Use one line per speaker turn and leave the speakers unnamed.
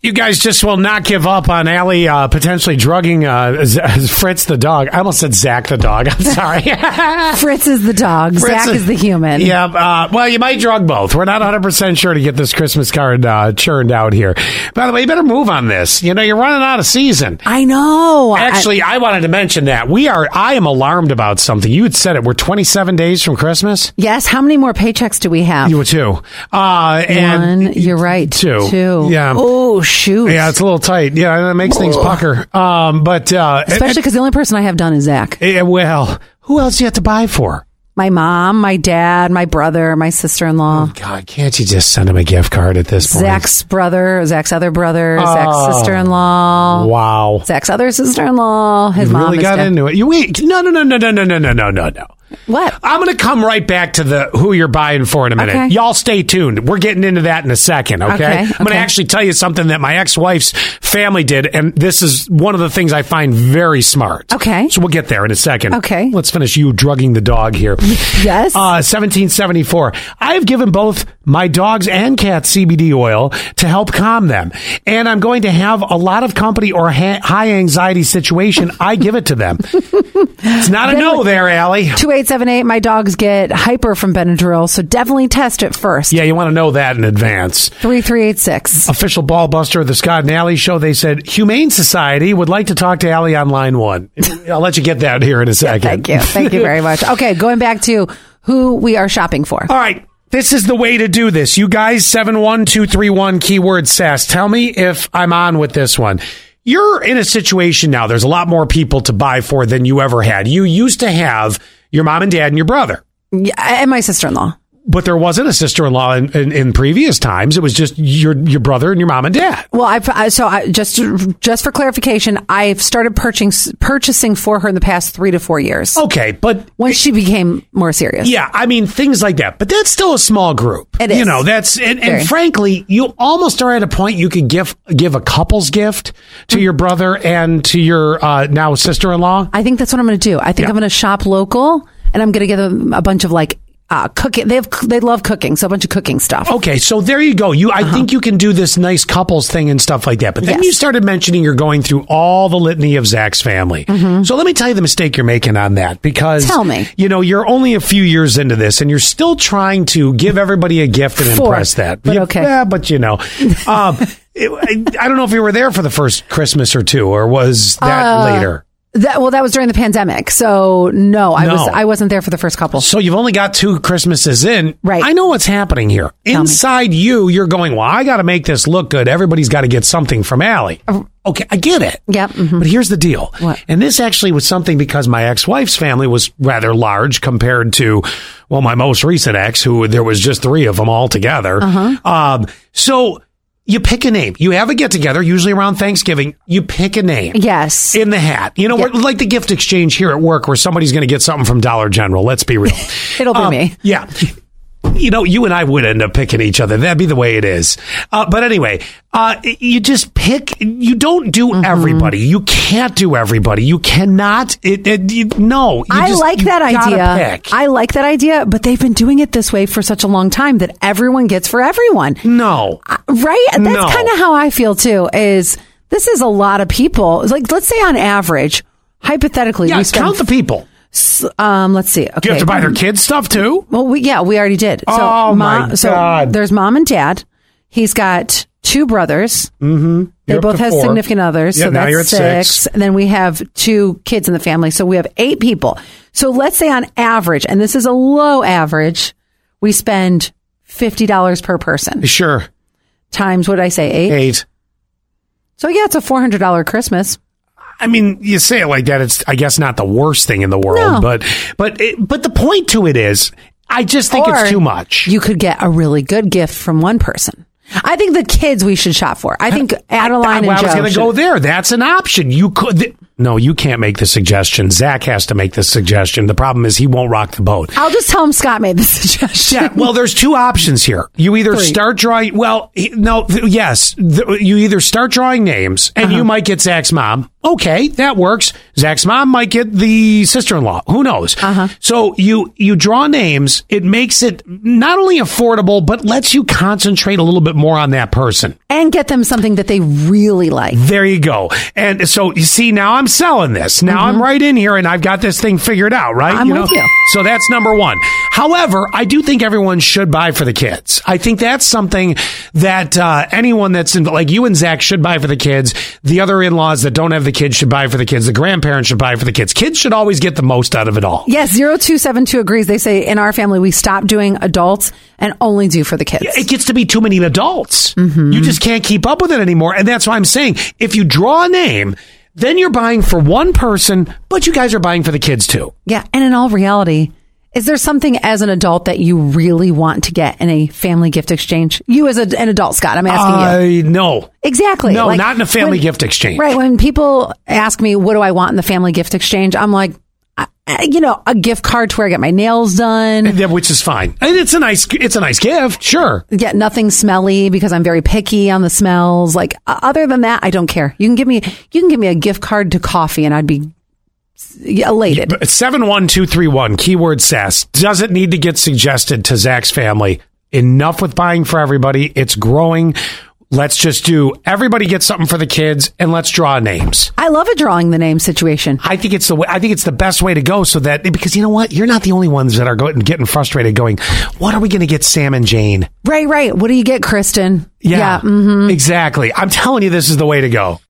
You guys just will not give up on Allie uh, potentially drugging uh, Z- Fritz the dog. I almost said Zach the dog. I'm sorry.
Fritz is the dog.
Fritz
Zach is, the human.
Yeah. Uh, well, you might drug both. We're not 100% sure to get this Christmas card uh, churned out here. By the way, you better move on this. You know, you're running out of season.
I know.
Actually, I, wanted to mention that. We are, I am alarmed about something. You had said it. We're 27 days from Christmas.
I- yes. How many more paychecks do we have?
You were two. Uh, and
One. You're right.
two.
Two.
Yeah.
Oh shoot.
yeah, it's a little tight. Yeah, that makes things pucker. Um, but, uh, it-
Especially because the only person I have done is Zach.
it- it- Eh, well, who else do you have to buy for?
My mom, my dad, my brother, my sister-in-law,
God, can't you just send him a gift card at this point?
Zach's brother, Zach's other brother,
Oh.
Zach's sister-in-law,
Wow.
Zach's other sister-in-law, his mom.
really
his
got
dad.
into it. You wait. No, no, no, no, no, no, no, no, no, no, no.
What?
I'm going to come right back to the who you're buying for in a minute.
Okay.
Y'all stay tuned. We're getting into that in a second, okay?
Okay,
I'm going to
okay.
actually tell you something that my ex-wife's family did and this is one of the things I find very smart.
Okay.
So we'll get there in a second.
Okay.
Let's finish you drugging the dog here.
Yes.
Uh, 1774. I've given both my dogs and cats CBD oil to help calm them. And I'm going to have a lot of company or ha- high anxiety situation. I give it to them. it's not a no there, Allie.
2878, my dogs get hyper from Benadryl, so definitely test it first.
Yeah, you want to know that in advance.
3386.
Official ball buster of the Scott and Alley show, they said Humane Society would like to talk to Alley on line one. I'll let you get that here in a second.
Thank you. Thank you very much. Okay, going back to who we are shopping for.
All right. This is the way to do this. You guys, 71231 keyword SAS. Tell me if I'm on with this one. You're in a situation now. There's a lot more people to buy for than you ever had. You used to have your mom and dad and your brother,
Yeah, and my sister in law.
but there wasn't a sister in law in, in, in previous times. It was just your, your brother and your mom and dad.
Well, I, I so I just just for clarification, I've started purchasing purchasing for her in the past 3 to 4 years.
Oh, Okay. But
When she became more serious.
Yeah, I mean things like that. But that's still a small group.
It is.
You know, that's and,
Very.
and frankly, you almost are at a point you could give give a couple's gift
Mm.
to your brother and to your uh, now sister in law.
I think that's what I'm going to do. I think I'm going to shop local and I'm going to get them a bunch of like uh, cooking. They have they love cooking, so a bunch of cooking stuff. Uh-huh.
Okay, so there you go. You, I think you can do this nice couples thing and stuff like that. But then
Yes.
you started mentioning you're going through all the litany of Zach's family. So let me tell you the mistake you're making on that because
Mm-hmm. Tell me.
you know, you're only a few years into this and you're still trying to give everybody a gift and
Four.
impress that.
But
Yeah,
okay.
yeah, but you know, um, it- I, I don't know if you were there for the first Christmas or two, or was that
Uh,
later.
That well, that was during the pandemic, so no, I
No.
was I wasn't there for the first couple.
So you've only got two Christmases in.
Right.
I know what's happening here. Inside you, you're going, well, I got to make this look good. Everybody's got to get something from Allie. Okay, I get it.
Yep, mhm.
But here's the deal.
Uh, What?
And this actually was something because my ex wife's family was rather large compared to, well, my most recent ex, who there was just three of them all together.
Uh-huh.
Um, so you pick a name. You have a get together, usually around Thanksgiving. You pick a name
Yes,
in the hat. You know, we're like the gift exchange here at work where somebody's going to get something from Dollar General. Let's be real.
it'll be
Um,
me.
Yeah. You know, you and I would end up picking each other. That'd be the way it is. Uh, but anyway, uh, you just pick. You don't do
Mm-hmm.
everybody. You can't do everybody. You cannot. It, it, you, no. You
I
just-
like
you
that
gotta
idea.
pick.
I like that idea, but they've been doing it this way for such a long time that everyone gets for everyone,
no.
right? That's
No.
kind of how I feel too. Is this is a lot of people? Like, let's say on average, hypothetically,
yeah,
we spend,
count the people.
um, let's see, okay,
Do you have to buy their kids stuff too?
Well, we, yeah, we already did. So
Oh,
ma-
my
so
God.
there's mom and dad. He's got two brothers. Mm-hmm. They
You're up
both
to
have
four.
significant others.
Yeah,
so
now
that's
you're at six.
And then we have two kids in the family. So we have eight people. So let's say on average, and this is a low average, we spend $50 per person
Sure.
times, what did I say, eight?
Eight.
So yeah, it's a $400 Christmas.
I mean, you say it like that. It's, I guess, not the worst thing in the world,
No.
but, but, it, but the point to it is, I just think
Or
it's too much.
You could get a really good gift from one person. I think the kids we should shop for. I think Adeline
I,
and
well, I
Joe
was going to
should-
go there. That's an option. You could. Th- no, you can't make the suggestion. Zach has to make the suggestion. The problem is he won't rock the boat.
I'll just tell him Scott made the suggestion.
Yeah, well, there's two options here. You either
Three.
start drawing. Well, he- no, th- yes, th- you either start drawing names, and you might get Zach's mom. Okay, that works. Zach's mom might get the sister-in-law. Who knows? Uh-huh. So you you draw names. It makes it not only affordable, but lets you concentrate a little bit more on that person.
and get them something that they really like.
There you go. And so you see, now I'm selling this. Now I'm right in here and I've got this thing figured out, right?
Mm-hmm. I'm with you.
So that's number one. However, I do think everyone should buy for the kids. I think that's something that uh, anyone that's in, like you and Zach should buy for the kids. The other in laws that don't have the kids should buy for the kids. The grandparents should buy for the kids. Kids should always get the most out of it all.
Yes, 0272 agrees. They say in our family, we stop doing adults and only do for the kids.
it gets to be too many adults.
Mm-hmm.
You just can't keep up with it anymore. And that's why I'm saying if you draw a name, then you're buying for one person, but you guys are buying for the kids too.
Yeah. And in all reality, is there something as an adult that you really want to get in a family gift exchange? You as a, an adult, Scott, I'm asking you.
I no,
Exactly.
Uh, no,
Like,
not in a family
when-
gift exchange.
Right. When people ask me, what do I want in the family gift exchange? I'm like, I- I- you know, a gift card to where I get my nails done.
Yeah, which is fine. And it's a nice, it's a nice gift, sure.
Get nothing smelly because I'm very picky on the smells. Like o- other than that, I don't care. You can give me, you can give me a gift card to coffee and I'd be s- elated.
But seven one two three one keyword sass doesn't need to get suggested to Zach's family. Enough with buying for everybody. It's growing. Let's just do everybody get something for the kids, and let's draw names.
I love a drawing the name situation.
I think it's the way, I think it's the best way to go so that because you know what you're not the only ones that are going getting frustrated going what are we going to get Sam and Jane
Right, right. What do you get, Kristen? mm.
exactly I'm telling you this is the way to go